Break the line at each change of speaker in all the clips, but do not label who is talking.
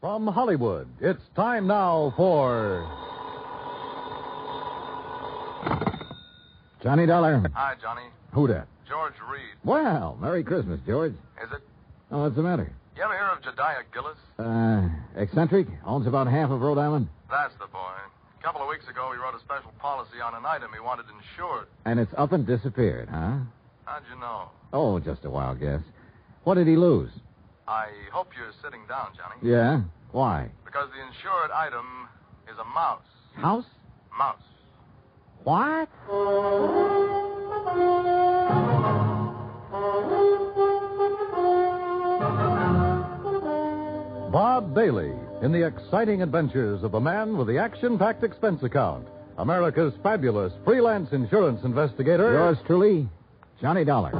From Hollywood, it's time now for. Johnny Dollar.
Hi, Johnny.
Who dat?
George Reed.
Well, Merry Christmas, George.
Is it?
Oh, what's the matter?
You ever hear of Jediah Gillis?
Uh, eccentric? Owns about half of Rhode Island?
That's the boy. A couple of weeks ago, he wrote a special policy on an item he wanted insured.
And it's up and disappeared, huh?
How'd you know?
Oh, just a wild guess. What did he lose?
I hope you're sitting down, Johnny.
Yeah? Why?
Because the insured item is a mouse.
House?
Mouse.
What? Bob Bailey in the exciting adventures of the man with the action packed expense account. America's fabulous freelance insurance investigator. Yours truly, Johnny Dollar.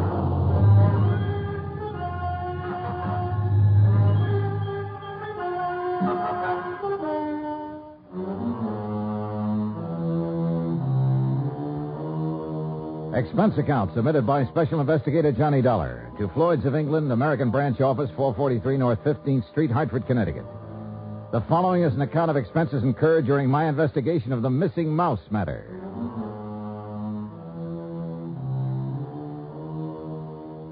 Expense account submitted by Special Investigator Johnny Dollar to Floyd's of England, American Branch Office, 443 North 15th Street, Hartford, Connecticut. The following is an account of expenses incurred during my investigation of the missing mouse matter.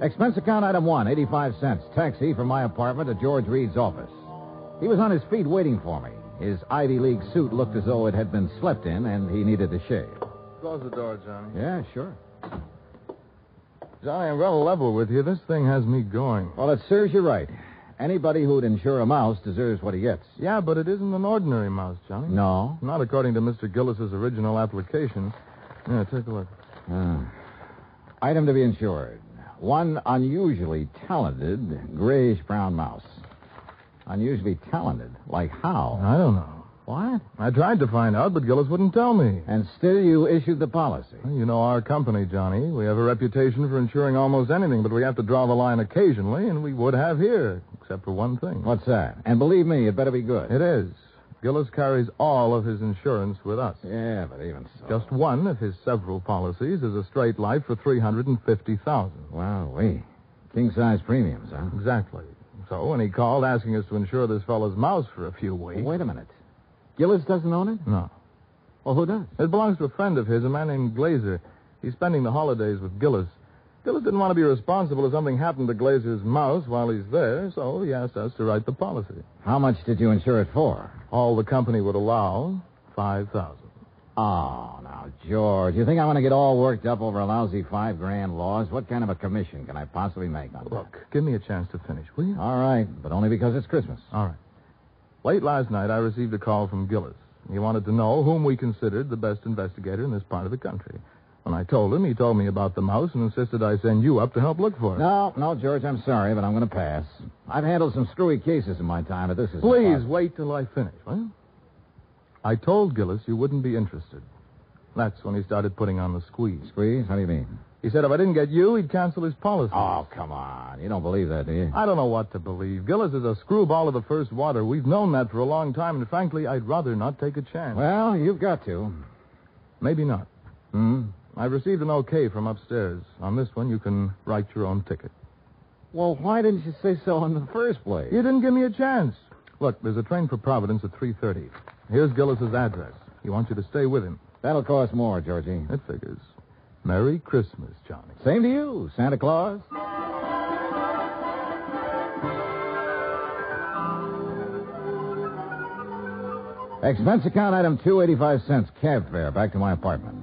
Expense account item one, 85 cents. Taxi from my apartment to George Reed's office. He was on his feet waiting for me. His Ivy League suit looked as though it had been slept in and he needed a shave.
Close the door, Johnny.
Yeah, sure.
Johnny, I'm rather level with you. This thing has me going.
Well, it serves you right. Anybody who'd insure a mouse deserves what he gets.
Yeah, but it isn't an ordinary mouse, Johnny.
No?
Not according to Mr. Gillis's original application. Yeah, take a look.
Ah. Item to be insured. One unusually talented grayish brown mouse. Unusually talented? Like how?
I don't know.
What?
I tried to find out, but Gillis wouldn't tell me.
And still you issued the policy.
Well, You know our company, Johnny. We have a reputation for insuring almost anything, but we have to draw the line occasionally, and we would have here, except for one thing.
What's that? And believe me, it better be good.
It is. Gillis carries all of his insurance with us.
Yeah, but even so.
Just one of his several policies is a straight life for 350000
Wow, we. King size premiums, huh?
Exactly. So when he called asking us to insure this fellow's mouse for a few weeks.
Wait a minute. Gillis doesn't own it?
No.
Well, who does?
It belongs to a friend of his, a man named Glazer. He's spending the holidays with Gillis. Gillis didn't want to be responsible if something happened to Glazer's mouse while he's there, so he asked us to write the policy.
How much did you insure it for?
All the company would allow, 5000
Oh, now, George, you think I want to get all worked up over a lousy five grand loss? What kind of a commission can I possibly make on that?
Look, give me a chance to finish, will you?
All right, but only because it's Christmas.
All right. Late last night, I received a call from Gillis. He wanted to know whom we considered the best investigator in this part of the country. When I told him, he told me about the mouse and insisted I send you up to help look for it.
No, no, George, I'm sorry, but I'm going to pass. I've handled some screwy cases in my time, but this is.
Please wait till I finish, will you? I told Gillis you wouldn't be interested. That's when he started putting on the squeeze.
Squeeze? How do you mean?
He said if I didn't get you, he'd cancel his policy.
Oh, come on. You don't believe that, do you?
I don't know what to believe. Gillis is a screwball of the first water. We've known that for a long time, and frankly, I'd rather not take a chance.
Well, you've got to.
Maybe not.
Hmm?
I received an okay from upstairs. On this one, you can write your own ticket.
Well, why didn't you say so in the first place?
You didn't give me a chance. Look, there's a train for Providence at 3.30. Here's Gillis's address. He wants you to stay with him.
That'll cost more, Georgie.
That figures. Merry Christmas, Johnny.
Same to you, Santa Claus. Expense account item two, eighty-five cents, cab fare back to my apartment.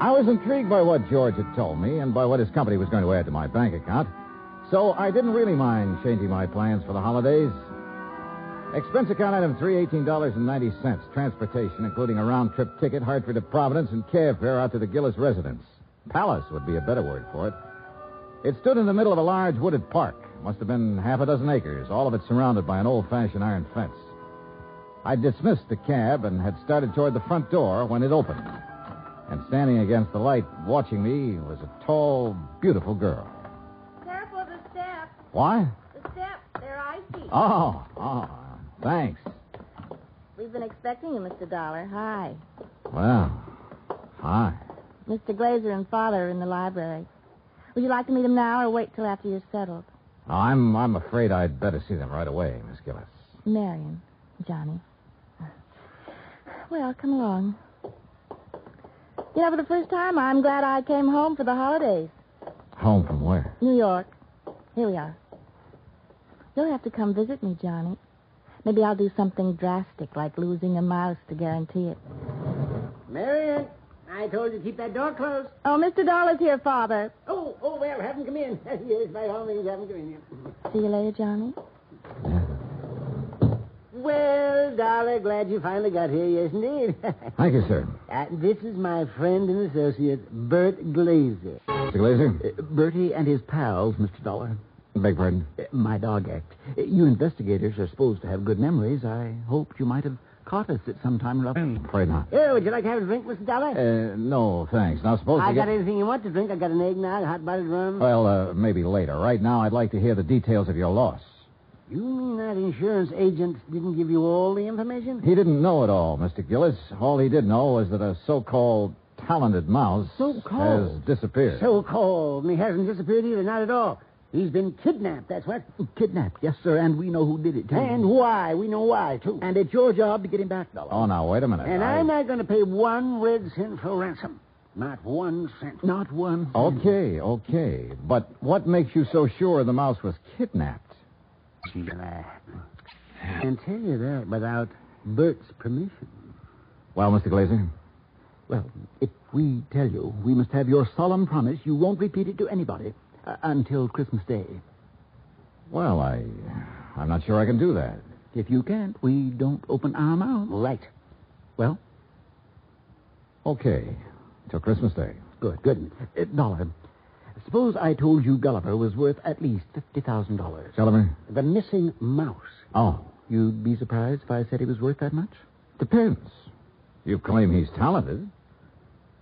I was intrigued by what George had told me and by what his company was going to add to my bank account, so I didn't really mind changing my plans for the holidays. Expense account item three, eighteen dollars and ninety cents. Transportation, including a round trip ticket, Hartford to Providence, and cab fare out to the Gillis residence. Palace would be a better word for it. It stood in the middle of a large wooded park. Must have been half a dozen acres, all of it surrounded by an old fashioned iron fence. I dismissed the cab and had started toward the front door when it opened. And standing against the light, watching me, was a tall, beautiful girl.
Careful of the steps.
Why?
The steps, they're icy.
Oh, oh, thanks.
We've been expecting you, Mr. Dollar. Hi.
Well, hi.
Mr. Glazer and Father are in the library. Would you like to meet them now or wait till after you're settled?
Now, I'm, I'm afraid I'd better see them right away, Miss Gillis.
Marion, Johnny. Well, come along. You know, for the first time, I'm glad I came home for the holidays.
Home from where?
New York. Here we are. You'll have to come visit me, Johnny. Maybe I'll do something drastic, like losing a mouse to guarantee it.
Marion, I told you to keep that door closed.
Oh, Mr. Dollar's here, Father.
Oh, oh, well, have him come in. yes, by all means, have him come in.
See you later, Johnny.
Yeah.
Well, Dollar, glad you finally got here. Yes, indeed.
Thank you, sir.
uh, this is my friend and associate, Bert Glazer.
Mr. Glazer?
Uh, Bertie and his pals, Mr. Dollar.
Beg pardon.
Uh, my dog act. Uh, you investigators are supposed to have good memories. I hoped you might have caught us at some time. rough-
Afraid not.
Oh, would you like to have a drink, Mr. Dollar?
Uh, no, thanks. Now, suppose
I
we
got
get...
anything you want to drink. I got an eggnog, hot buttered rum.
Well, uh, maybe later. Right now, I'd like to hear the details of your loss.
You mean that insurance agent didn't give you all the information?
He didn't know it all, Mr. Gillis. All he did know was that a so-called talented mouse
So-called?
has disappeared.
So called, and he hasn't disappeared either, not at all. He's been kidnapped, that's what. Kidnapped, yes, sir, and we know who did it, And why. We know why, too. And it's your job to get him back, Dollar.
Oh, now, wait a minute.
and
I-
I'm not going to pay one red cent for ransom. Not one cent. Oh, Not one.
Okay, okay. But what makes you so sure the mouse was kidnapped?
I can tell you that without Bert's permission.
Well, Mr. Glazer,
Well, if we tell you, we must have your solemn promise you won't repeat it to anybody uh, until Christmas Day.
well, I, I'm not sure I can do that.
If you can't, we don't open our mouths. Right. Well,
Okay, till Christmas Day.
good, good. Uh, Dollar, suppose I told you Gulliver was worth at least $50,000.
Gentlemen?
The missing mouse.
Oh,
You'd be surprised if I said he was worth that much?
depends. You claim he's talented.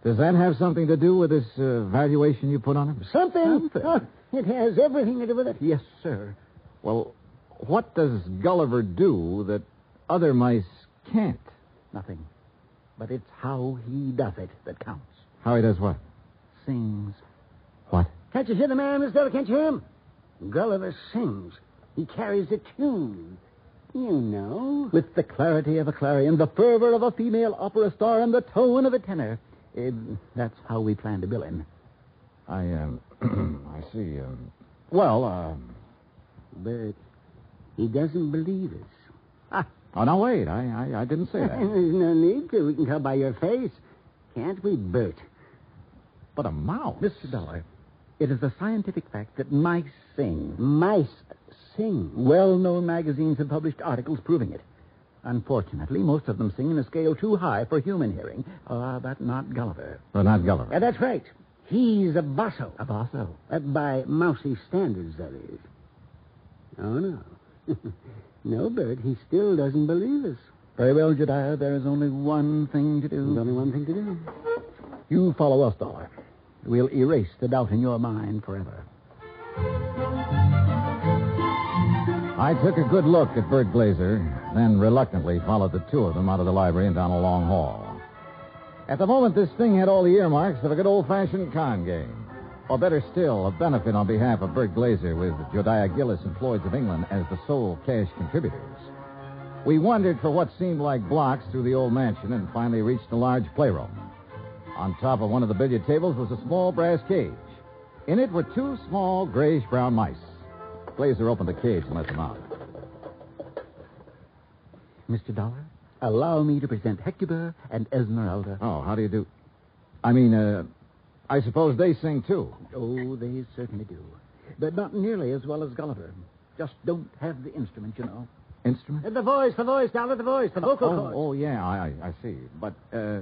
Does that have something to do with this uh, valuation you put on him?
Something. it has everything to do with it. Yes, sir.
Well, what does Gulliver do that other mice can't?
Nothing. But it's how he does it that counts.
How he does what?
Sings.
What?
Can't you hear the man, Miss Della? Can't you hear him? Gulliver sings. He carries a tune. You know. With the clarity of a clarion, the fervor of a female opera star, and the tone of a tenor. Eh, that's how we plan to bill him.
I, um, I see. Um, well, um,
But he doesn't believe us.
oh, now wait. I, I, I didn't say that.
There's no need to. We can tell by your face. Can't we, Bert?
But a mouse.
Mr. Dollar, it is a scientific fact that mice sing. Mice sing. Well known magazines have published articles proving it. Unfortunately, most of them sing in a scale too high for human hearing. Ah, but not Gulliver.
But not Gulliver.
that's right. He's a basso. A basso? Uh, by mousy standards, that is. Oh, no. no, Bert, he still doesn't believe us. Very well, Jediah, there is only one thing to do. There's only one thing to do. You follow us, Dollar. We'll erase the doubt in your mind forever.
I took a good look at Bert Glazer, then reluctantly followed the two of them out of the library and down a long hall. At the moment, this thing had all the earmarks of a good old-fashioned con game. Or better still, a benefit on behalf of Bert Glazer with Jodiah Gillis and Floyds of England as the sole cash contributors. We wandered for what seemed like blocks through the old mansion and finally reached a large playroom. On top of one of the billiard tables was a small brass cage. In it were two small grayish brown mice. Glazer opened the cage and let them out.
Mr. Dollar, allow me to present Hecuba and Esmeralda.
Oh, how do you do? I mean, uh, I suppose they sing too.
Oh, they certainly do. But not nearly as well as Gulliver. Just don't have the instrument, you know.
Instrument?
Uh, The voice, the voice, Dollar, the voice, the vocal
Oh, oh yeah, I, I I see. But uh,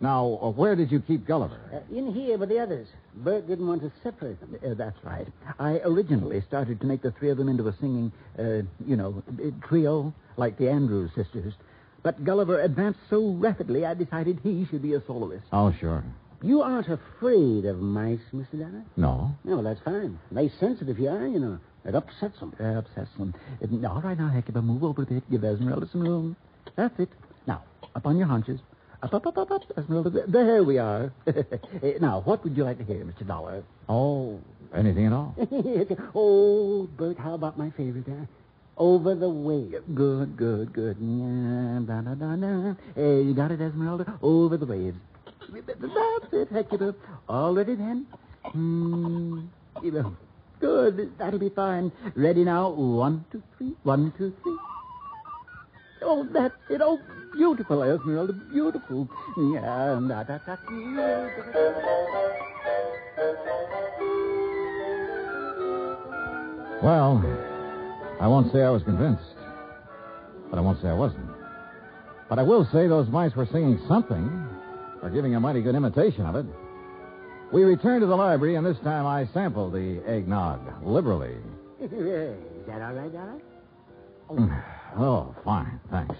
now, uh, where did you keep Gulliver?
Uh, in here with the others. Bert didn't want to separate them. Uh, that's right. I originally started to make the three of them into a singing, uh, you know, uh, trio, like the Andrews sisters. But Gulliver advanced so rapidly, I decided he should be a soloist.
Oh, sure.
You aren't afraid of mice, Mr. Dana?
No.
No, that's fine. They sense it if you are, you know. It upsets them. upsets them. All right, now, Hecuba, move over a bit. Give Esmeralda some room. That's it. Now, up on your haunches. Up, up, up, up, up, Esmeralda. There we are. Eh, now, what would you like to hear, Mr. Dollar?
Oh, Anything at all?
oh, Bert, how about my favorite? Uh, over the wave. Good, good, good. Yeah, da, da, da, da. Hey, you got it, Esmeralda? Over the waves. That's it, Hecuba. All ready then? Hmm. you know, Good. That'll be fine. Ready now? One, two, three. One, two, three. Oh, that's it. Oh, beautiful, Esmeralda. Beautiful. Yeah, da, da, da, da.
Well, I won't say I was convinced, but I won't say I wasn't. But I will say those mice were singing something, or giving a mighty good imitation of it. We returned to the library, and this time I sampled the eggnog liberally.
Is that all right, Dollar?
Oh, fine, thanks.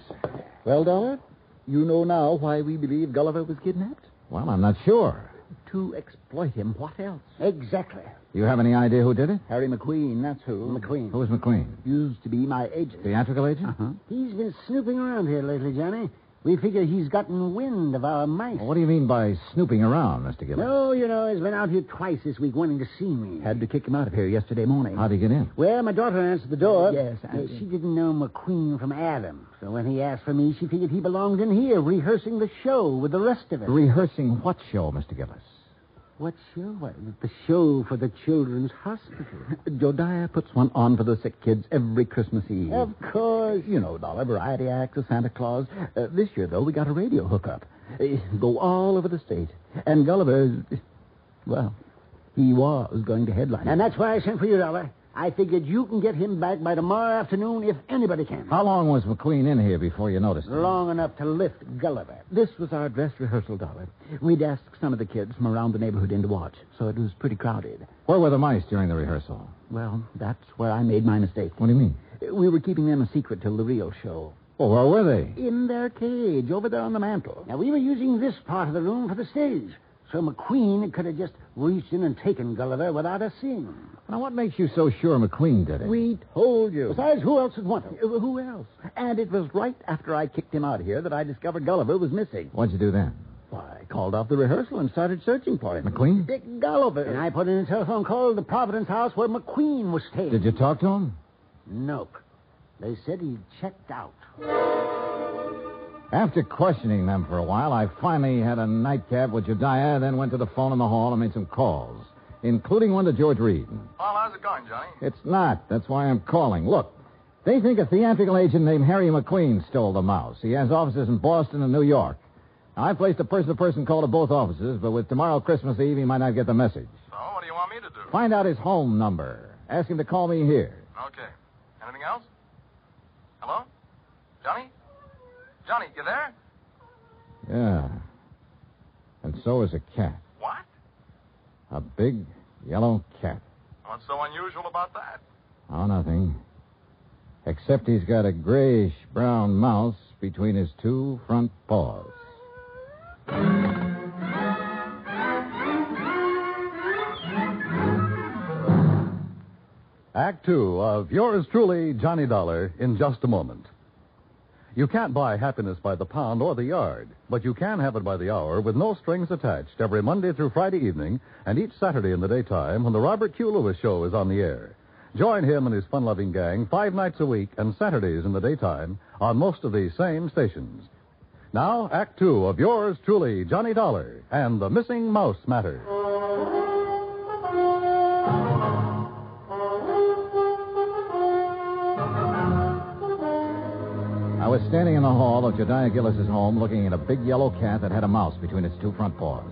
Well, Dollar, you know now why we believe Gulliver was kidnapped?
Well, I'm not sure.
To exploit him. What else? Exactly.
You have any idea who did it?
Harry McQueen, that's who. McQueen.
Who was McLean?
used to be my agent.
Theatrical agent?
Uh-huh. He's been snooping around here lately, Johnny. We figure he's gotten wind of our mice.
Well, what do you mean by snooping around, Mr. Gillis?
No, you know, he's been out here twice this week wanting to see me. Had to kick him out of here yesterday morning.
How'd he get in?
Well, my daughter answered the door. Yes, She didn't know McQueen from Adam. So when he asked for me, she figured he belonged in here rehearsing the show with the rest of us.
Rehearsing what show, Mr. Gillis?
What show? What, the show for the children's hospital. Jodiah puts one on for the sick kids every Christmas Eve. Of course. You know, Dollar, variety acts of Santa Claus. Uh, this year, though, we got a radio hookup. Uh, go all over the state. And Gulliver, uh, well, he was going to headline. And that's why I sent for you, Dollar. I figured you can get him back by tomorrow afternoon if anybody can.
How long was McLean in here before you noticed him?
Long enough to lift Gulliver. This was our dress rehearsal, Dollar. We'd asked some of the kids from around the neighborhood in to watch, so it was pretty crowded.
Where were the mice during the rehearsal?
Well, that's where I made my mistake.
What do you mean?
We were keeping them a secret till the real show.
Well, where were they?
In their cage, over there on the mantel. Now, we were using this part of the room for the stage, so McQueen could have just reached in and taken Gulliver without us seeing him.
Now, what makes you so sure McLean did it?
We told you. Besides, who else would want him? Who else? And it was right after I kicked him out here that I discovered Gulliver was missing.
What'd you do then?
Why, I called off the rehearsal and started searching for him.
McQueen?
Dick Gulliver. And I put in a telephone call to the Providence house where McQueen was staying.
Did you talk to him?
Nope. They said he'd checked out.
After questioning them for a while, I finally had a nightcap with Jediah, then went to the phone in the hall and made some calls, including one to George Reed.
Well, how's it going, Johnny?
It's not. That's why I'm calling. Look, they think a theatrical agent named Harry McQueen stole the mouse. He has offices in Boston and New York. I placed a person-to-person call to both offices, but with tomorrow Christmas Eve, he might not get the message.
So, what do you want me to do?
Find out his home number. Ask him to call me here.
Okay. Anything else? Hello? Johnny? Johnny, you there?
Yeah. And so is a cat.
What?
A big yellow cat.
What's so unusual about that?
Oh, nothing. Except he's got a grayish brown mouse between his two front paws.
Act two of yours truly, Johnny Dollar, in just a moment. You can't buy happiness by the pound or the yard, but you can have it by the hour with no strings attached every Monday through Friday evening and each Saturday in the daytime when the Robert Q. Lewis show is on the air. Join him and his fun loving gang five nights a week and Saturdays in the daytime on most of these same stations. Now, Act Two of yours truly, Johnny Dollar and the Missing Mouse Matter.
I was standing in the hall of Jediah Gillis's home looking at a big yellow cat that had a mouse between its two front paws.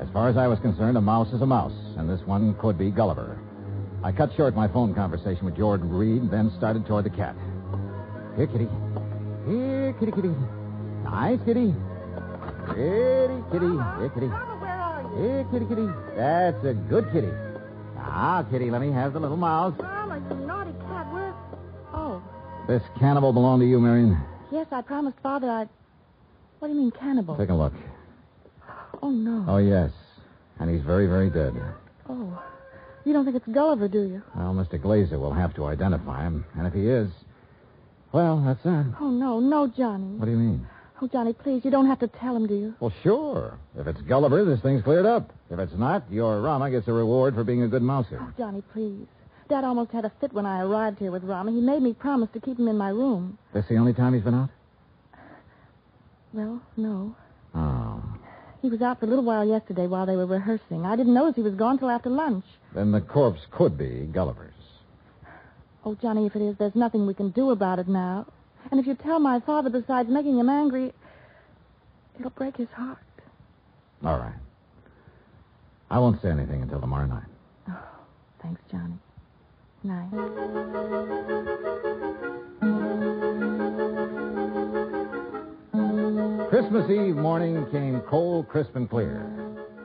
As far as I was concerned, a mouse is a mouse, and this one could be Gulliver. I cut short my phone conversation with George Reed, then started toward the cat. Here, kitty. Here, kitty, kitty. Nice kitty. Kitty, kitty. Here, kitty.
Mama, where are you?
Here, kitty, kitty. That's a good kitty. Ah, kitty, let me have the little mouse.
Mama, you naughty cat, where?
Oh,
This cannibal belonged to you, Marion?
yes, I promised Father I'd. What do you mean, cannibal?
Take a look.
Oh, no.
Oh, yes. And he's very, very dead.
Oh. You don't think it's Gulliver, do you?
Well, Mr. Glazer will have to identify him. And if he is, well, that's that.
Oh, no, no, Johnny.
What do you mean?
Oh, Johnny, please, you don't have to tell him, do you?
Well, sure. If it's Gulliver, this thing's cleared up. If it's not, your Rama gets a reward for being a good mouser.
Oh, Johnny, please. Dad almost had a fit when I arrived here with Rama. He made me promise to keep him in my room.
That's the only time he's been out?
Well, no.
Oh.
He was out for a little while yesterday while they were rehearsing. I didn't notice he was gone till after lunch.
Then the corpse could be Gulliver's.
Oh, Johnny, if it is, there's nothing we can do about it now. And if you tell my father, besides making him angry, it'll break his heart.
All right. I won't say anything until tomorrow night.
Thanks, Johnny. Night.
Christmas Eve morning came cold, crisp, and clear.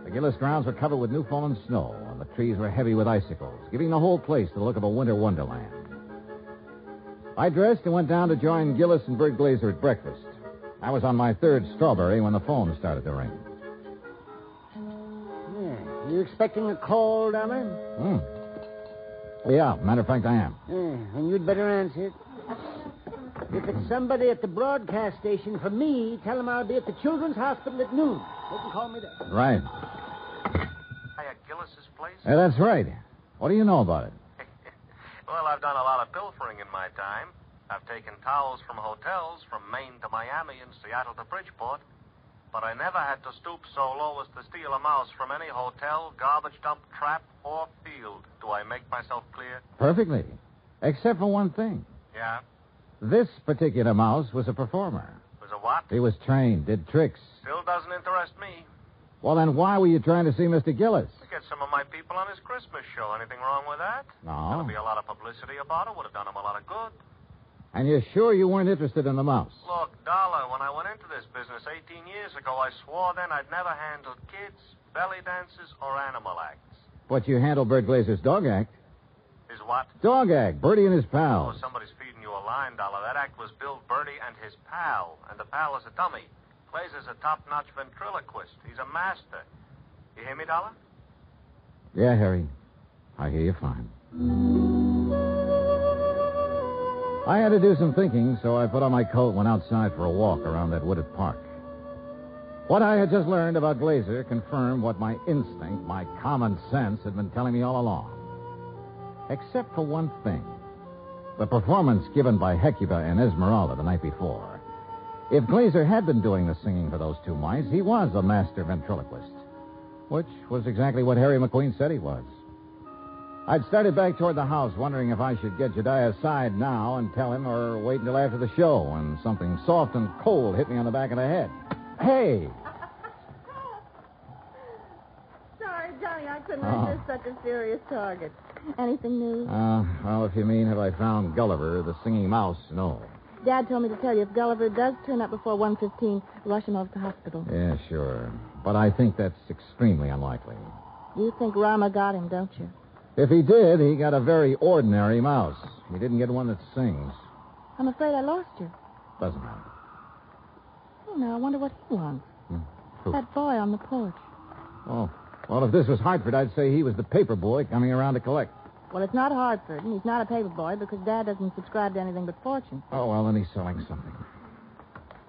The Gillis grounds were covered with new fallen snow, and the trees were heavy with icicles, giving the whole place the look of a winter wonderland. I dressed and went down to join Gillis and Bert Glazer at breakfast. I was on my third strawberry when the phone started to ring.
Yeah. You expecting a call, darling?
Hmm. Yeah, matter of fact, I am.
Yeah, Mm, and you'd better answer it. If it's somebody at the broadcast station for me, tell them I'll be at the children's hospital at noon. They can call me there.
Right.
at Gillis's place?
Yeah, that's right. What do you know about it?
well, I've done a lot of pilfering in my time. I've taken towels from hotels, from Maine to Miami and Seattle to Bridgeport. But I never had to stoop so low as to steal a mouse from any hotel, garbage dump, trap, or field. Do I make myself clear?
Perfectly. Except for one thing.
Yeah.
This particular mouse was a performer.
Was a what?
He was trained, did tricks.
Still doesn't interest me.
Well, then why were you trying to see Mr. Gillis?
To get some of my people on his Christmas show. Anything wrong with that?
No.
There'll be a lot of publicity about it. Would have done him a lot of good.
And you're sure you weren't interested in the mouse?
Look, Dollar, when I went into this business 18 years ago, I swore then I'd never handle kids, belly dances, or animal acts.
But you handled Bert Glazer's dog act.
Is what?
Dog act, Bertie and his
Oh,
pals.
somebody's feeding you a line, Dollar. That act was Bill Birdie and his pal, and the pal is a dummy. Plays as a top-notch ventriloquist. He's a master. You hear me, Dollar?
Yeah, Harry. I hear you fine. I had to do some thinking, so I put on my coat and went outside for a walk around that wooded park. What I had just learned about Glazer confirmed what my instinct, my common sense, had been telling me all along. Except for one thing the performance given by Hecuba and Esmeralda the night before. If Glazer had been doing the singing for those two mice, he was a master ventriloquist which was exactly what Harry McQueen said he was. I'd started back toward the house, wondering if I should get Jediah aside now and tell him, or wait until after the show, when something soft and cold hit me on the back of the head. Hey!
Sorry, Johnny, I couldn't
Oh.
resist such a serious target. Anything new?
Uh, well, if you mean, have I found Gulliver, the singing mouse? No.
Dad told me to tell you if Gulliver does turn up before 1.15, rush him over to hospital.
Yeah, sure. But I think that's extremely unlikely.
You think Rama got him, don't you?
If he did, he got a very ordinary mouse. He didn't get one that sings.
I'm afraid I lost you.
Doesn't matter.
Oh, now I wonder what he wants.
Who?
That boy on the porch.
Oh. Well, if this was Hartford, I'd say he was the paper boy coming around to collect.
Well, it's not Hartford, and he's not a paper boy because Dad doesn't subscribe to anything but fortune.
Oh, well, then he's selling something.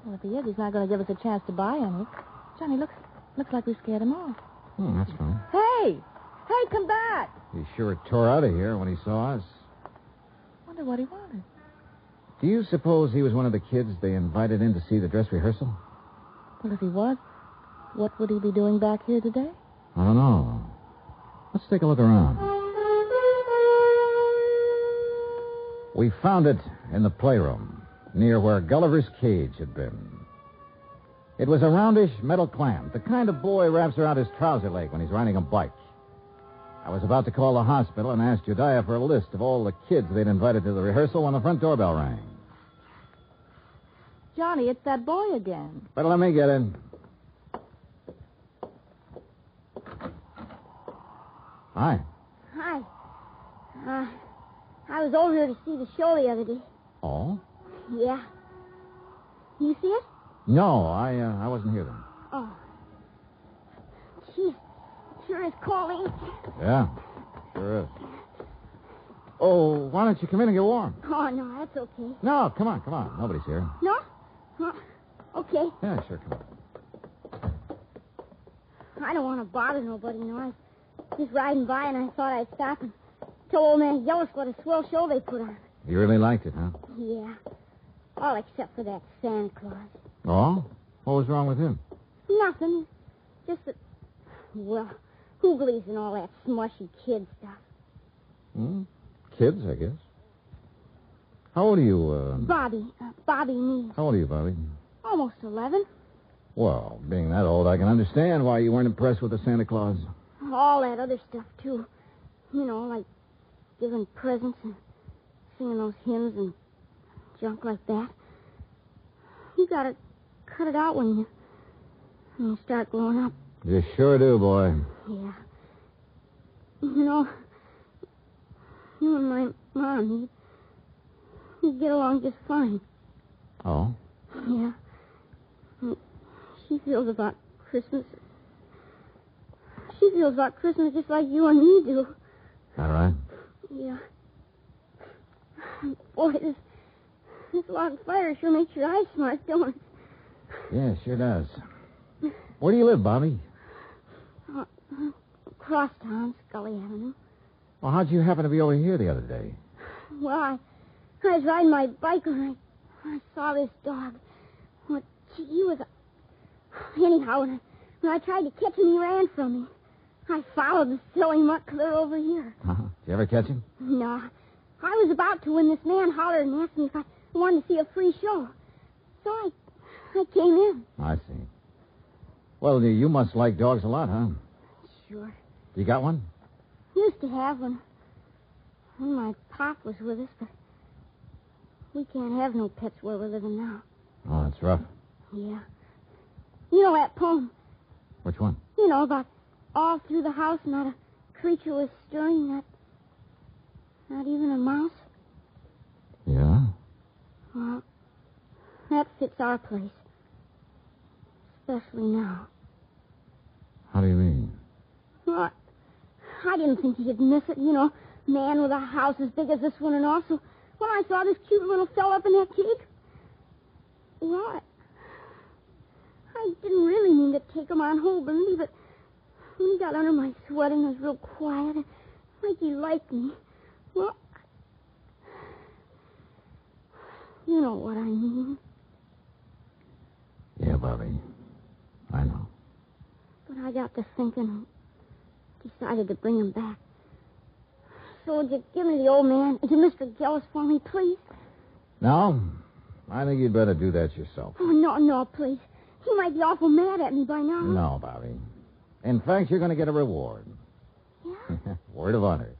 Well, if he is, he's not going to give us a chance to buy any. Johnny, looks looks like we scared him off.
Hmm, that's funny.
Hey! Hey, come back!
He sure tore out of here when he saw us.
Wonder what he wanted.
Do you suppose he was one of the kids they invited in to see the dress rehearsal?
Well, if he was, what would he be doing back here today?
I don't know. Let's take a look around. We found it in the playroom, near where Gulliver's cage had been. It was a roundish metal clamp, the kind a boy wraps around his trouser leg when he's riding a bike. I was about to call the hospital and ask Judiah for a list of all the kids they'd invited to the rehearsal when the front doorbell rang.
Johnny, it's that boy again.
But let me get in. Hi.
Hi. Uh, I was over here to see the show the other day.
Oh?
Yeah. You see it?
No, I uh, I wasn't here then.
Oh. Gee, sure is calling.
Yeah, sure is. Oh, why don't you come in and get warm?
Oh, no, that's okay.
No, come on, come on. Nobody's here.
No? Huh?
Okay.
Yeah, sure. Come on.
I don't want to bother nobody, you know. I was just riding by and I thought I'd stop and tell old man Yellis what a swell show they put on.
You really liked it, huh?
Yeah. All except for that Santa Claus.
Oh? What was wrong with him?
Nothing. Just that, well, Hooglies and all that smushy kid stuff.
Hmm? Kids, I guess. How old are you, uh...
Bobby, uh, Bobby Neal,
How old are you, Bobby?
almost 11.
Well, being that old, I can understand why you weren't impressed with the Santa Claus.
All that other stuff, too. You know, like giving presents and singing those hymns and junk like that. You gotta cut it out when you, when you start growing up.
You sure do, boy.
Yeah. You know, you and my mom, you, you get along just fine.
Oh?
Yeah. And She feels about Christmas. She feels about Christmas just like you and me do.
All right.
Yeah. Boy, this, this log fire sure makes your eyes smart, don't it?
Yeah, sure does. Where do you live, Bobby?
Across Uh, town, Scully Avenue.
Well, how'd you happen to be over here the other day?
Well, I, I was riding my bike when I, I saw this dog. Well, gee, he was. Anyhow, when I, when I tried to catch him, he ran from me. I followed the silly muck clear over here.
Huh? Did you ever catch him?
No, I was about to when this man hollered and asked me if I wanted to see a free show. So I, I came in.
I see. Well, you must like dogs a lot, huh?
Sure.
You got one?
Used to have one. When my pop was with us, but we can't have no pets where we're living now.
Oh, that's rough.
Yeah. You know that poem,
Which one?
you know, about all through the house not a creature was stirring, not not even a mouse?
Yeah.
Well, that fits our place. Especially now.
How do you mean?
Well, I didn't think you'd miss it, you know. Man with a house as big as this one, and also when I saw this cute little fellow up in that cake. Well, I, I didn't really mean to take him on hold, believe it. When he got under my sweater and was real quiet, like he liked me. Well, you know what I mean.
Yeah, Bobby. I know.
But I got to thinking and decided to bring him back. So would you give me the old man to Mr. Gillis for me, please?
No, I think you'd better do that yourself.
Oh, no, no, please. He might be awful mad at me by now.
No, Bobby. In fact, you're going to get a reward.
Yeah?
Word of honor.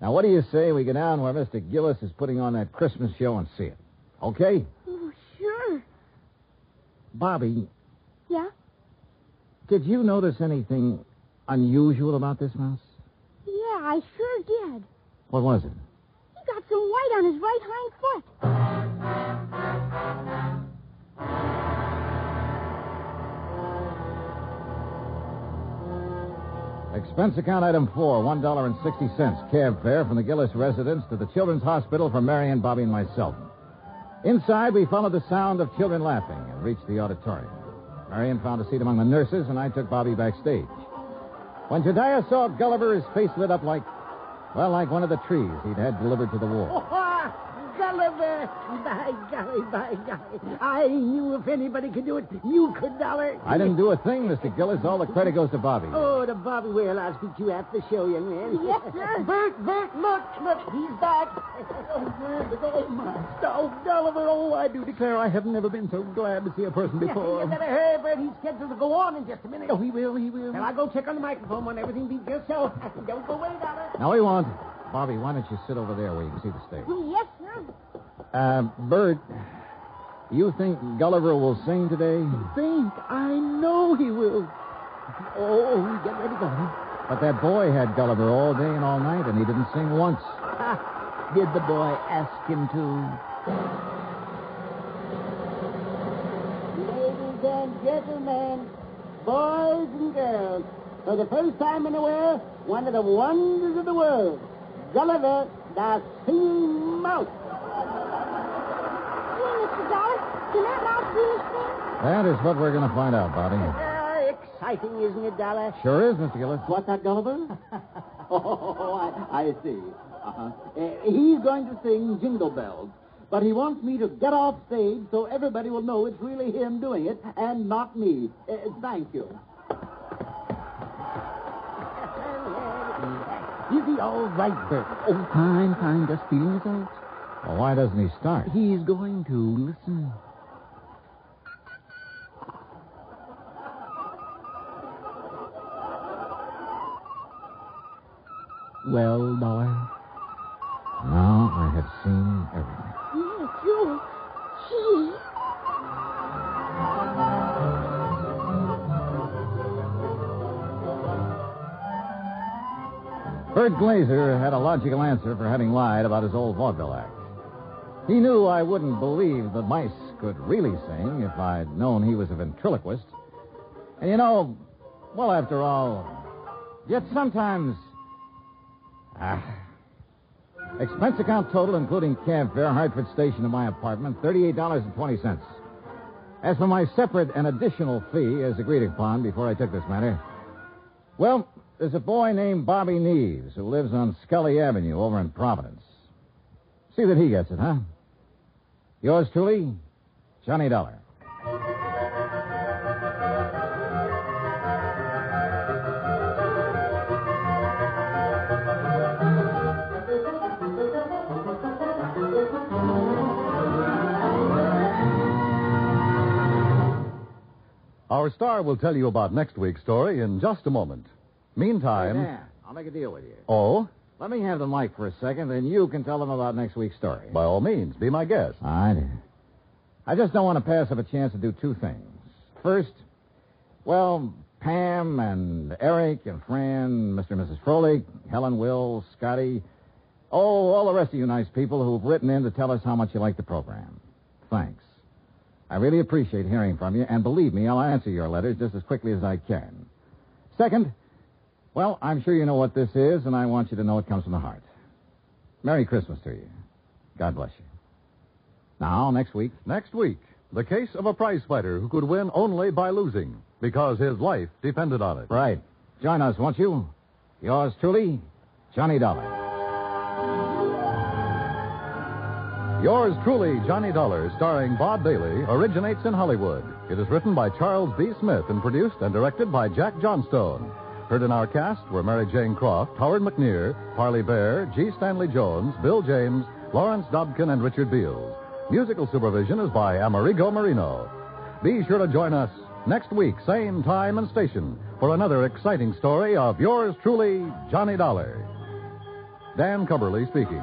Now, what do you say we go down where Mr. Gillis is putting on that Christmas show and see it? Okay?
Oh, sure.
Bobby,
Yeah?
did you notice anything unusual about this mouse?
Yeah, I sure did.
What was it?
He got some white on his right hind foot.
Expense account item four, $1.60 cab fare from the Gillis residence to the Children's Hospital for Mary and Bobby and myself. Inside, we followed the sound of children laughing and reached the auditorium. Marion found a seat among the nurses, and I took Bobby backstage. When Jediah saw Gulliver, his face lit up like, well, like one of the trees he'd had delivered to the war.
Gulliver! By golly, by golly. I knew if anybody could do it, you could, Dollar.
I didn't do a thing, Mr. Gillis. All the credit goes to Bobby.
Oh, to Bobby Whale, I'll speak to you after the show, young man.
Yes, sir.
Bert, Bert, look, look, he's back. Oh, Gulliver, oh, monster. Oh, Gulliver, oh, I do declare I have never been so glad to see a person
before.
you better hurry, Bert. He's scheduled to go on in just a minute.
Oh, he will, he will.
And I'll go check on the microphone when everything beats just so. Don't go away, Dollar.
No, he won't. Bobby, why don't you sit over there where you can see the stage?
Yes, sir.
Uh, Bert, you think Gulliver will sing today?
Think. I know he will. Oh, get ready, Gulliver.
But that boy had Gulliver all day and all night, and he didn't sing once.
Did the boy ask him to? Ladies and gentlemen, boys and girls, for the first time in a while, one of the wonders of the world, Gulliver the Singing Mouse.
Gee, Mr. Dollar, Can that mouse really sing?
That is what we're going to find out, Bobby.
Ah, exciting, isn't it, Dollar?
Sure is, Mr. Gillis.
What's that, Gulliver? oh, I, I see. Uh-huh. Uh, he's going to sing Jingle Bells, but he wants me to get off stage so everybody will know it's really him doing it and not me. Uh, thank you. Is he all right, Bert? Oh, fine, fine. Just feeling it out.
Well, why doesn't he start?
He's going to listen. Well, Dollar.
Now I have seen everything.
Me too. Gee.
Bert Glazer had a logical answer for having lied about his old vaudeville act. He knew I wouldn't believe the mice could really sing if I'd known he was a ventriloquist. And you know, well, after all, yet sometimes. Ah. Expense account total, including cab fare, Hartford Station to my apartment, $38.20. As for my separate and additional fee, as agreed upon before I took this matter, well, there's a boy named Bobby Neves who lives on Scully Avenue over in Providence. See that he gets it, huh? Yours truly, Johnny Dollar.
Our star will tell you about next week's story in just a moment. Meantime.
Yeah, I'll make a deal with you.
Oh,
Let me have the mic for a second, and you can tell them about next week's story.
by all means, be my guest.
I do. I just don't want to pass up a chance to do two things. First, well, Pam and Eric and Fran, Mr. and Mrs. Froelich, Helen Will, Scotty, oh, all the rest of you nice people who've written in to tell us how much you like the program. Thanks. I really appreciate hearing from you, and believe me, I'll answer your letters just as quickly as I can. Second, well, I'm sure you know what this is, and I want you to know it comes from the heart. Merry Christmas to you. God bless you. Now, next week.
Next week, the case of a prize fighter who could win only by losing because his life depended on it.
Right. Join us, won't you? Yours truly, Johnny Dollar.
Yours truly, Johnny Dollar, starring Bob Bailey, originates in Hollywood. It is written by Charles B. Smith and produced and directed by Jack Johnstone. Heard in our cast were Mary Jane Croft, Howard McNear, Parley Bear, G. Stanley Jones, Bill James, Lawrence Dobkin, and Richard Beals. Musical supervision is by Amerigo Marino. Be sure to join us next week, same time and station, for another exciting story of yours truly, Johnny Dollar. Dan Cumberly speaking.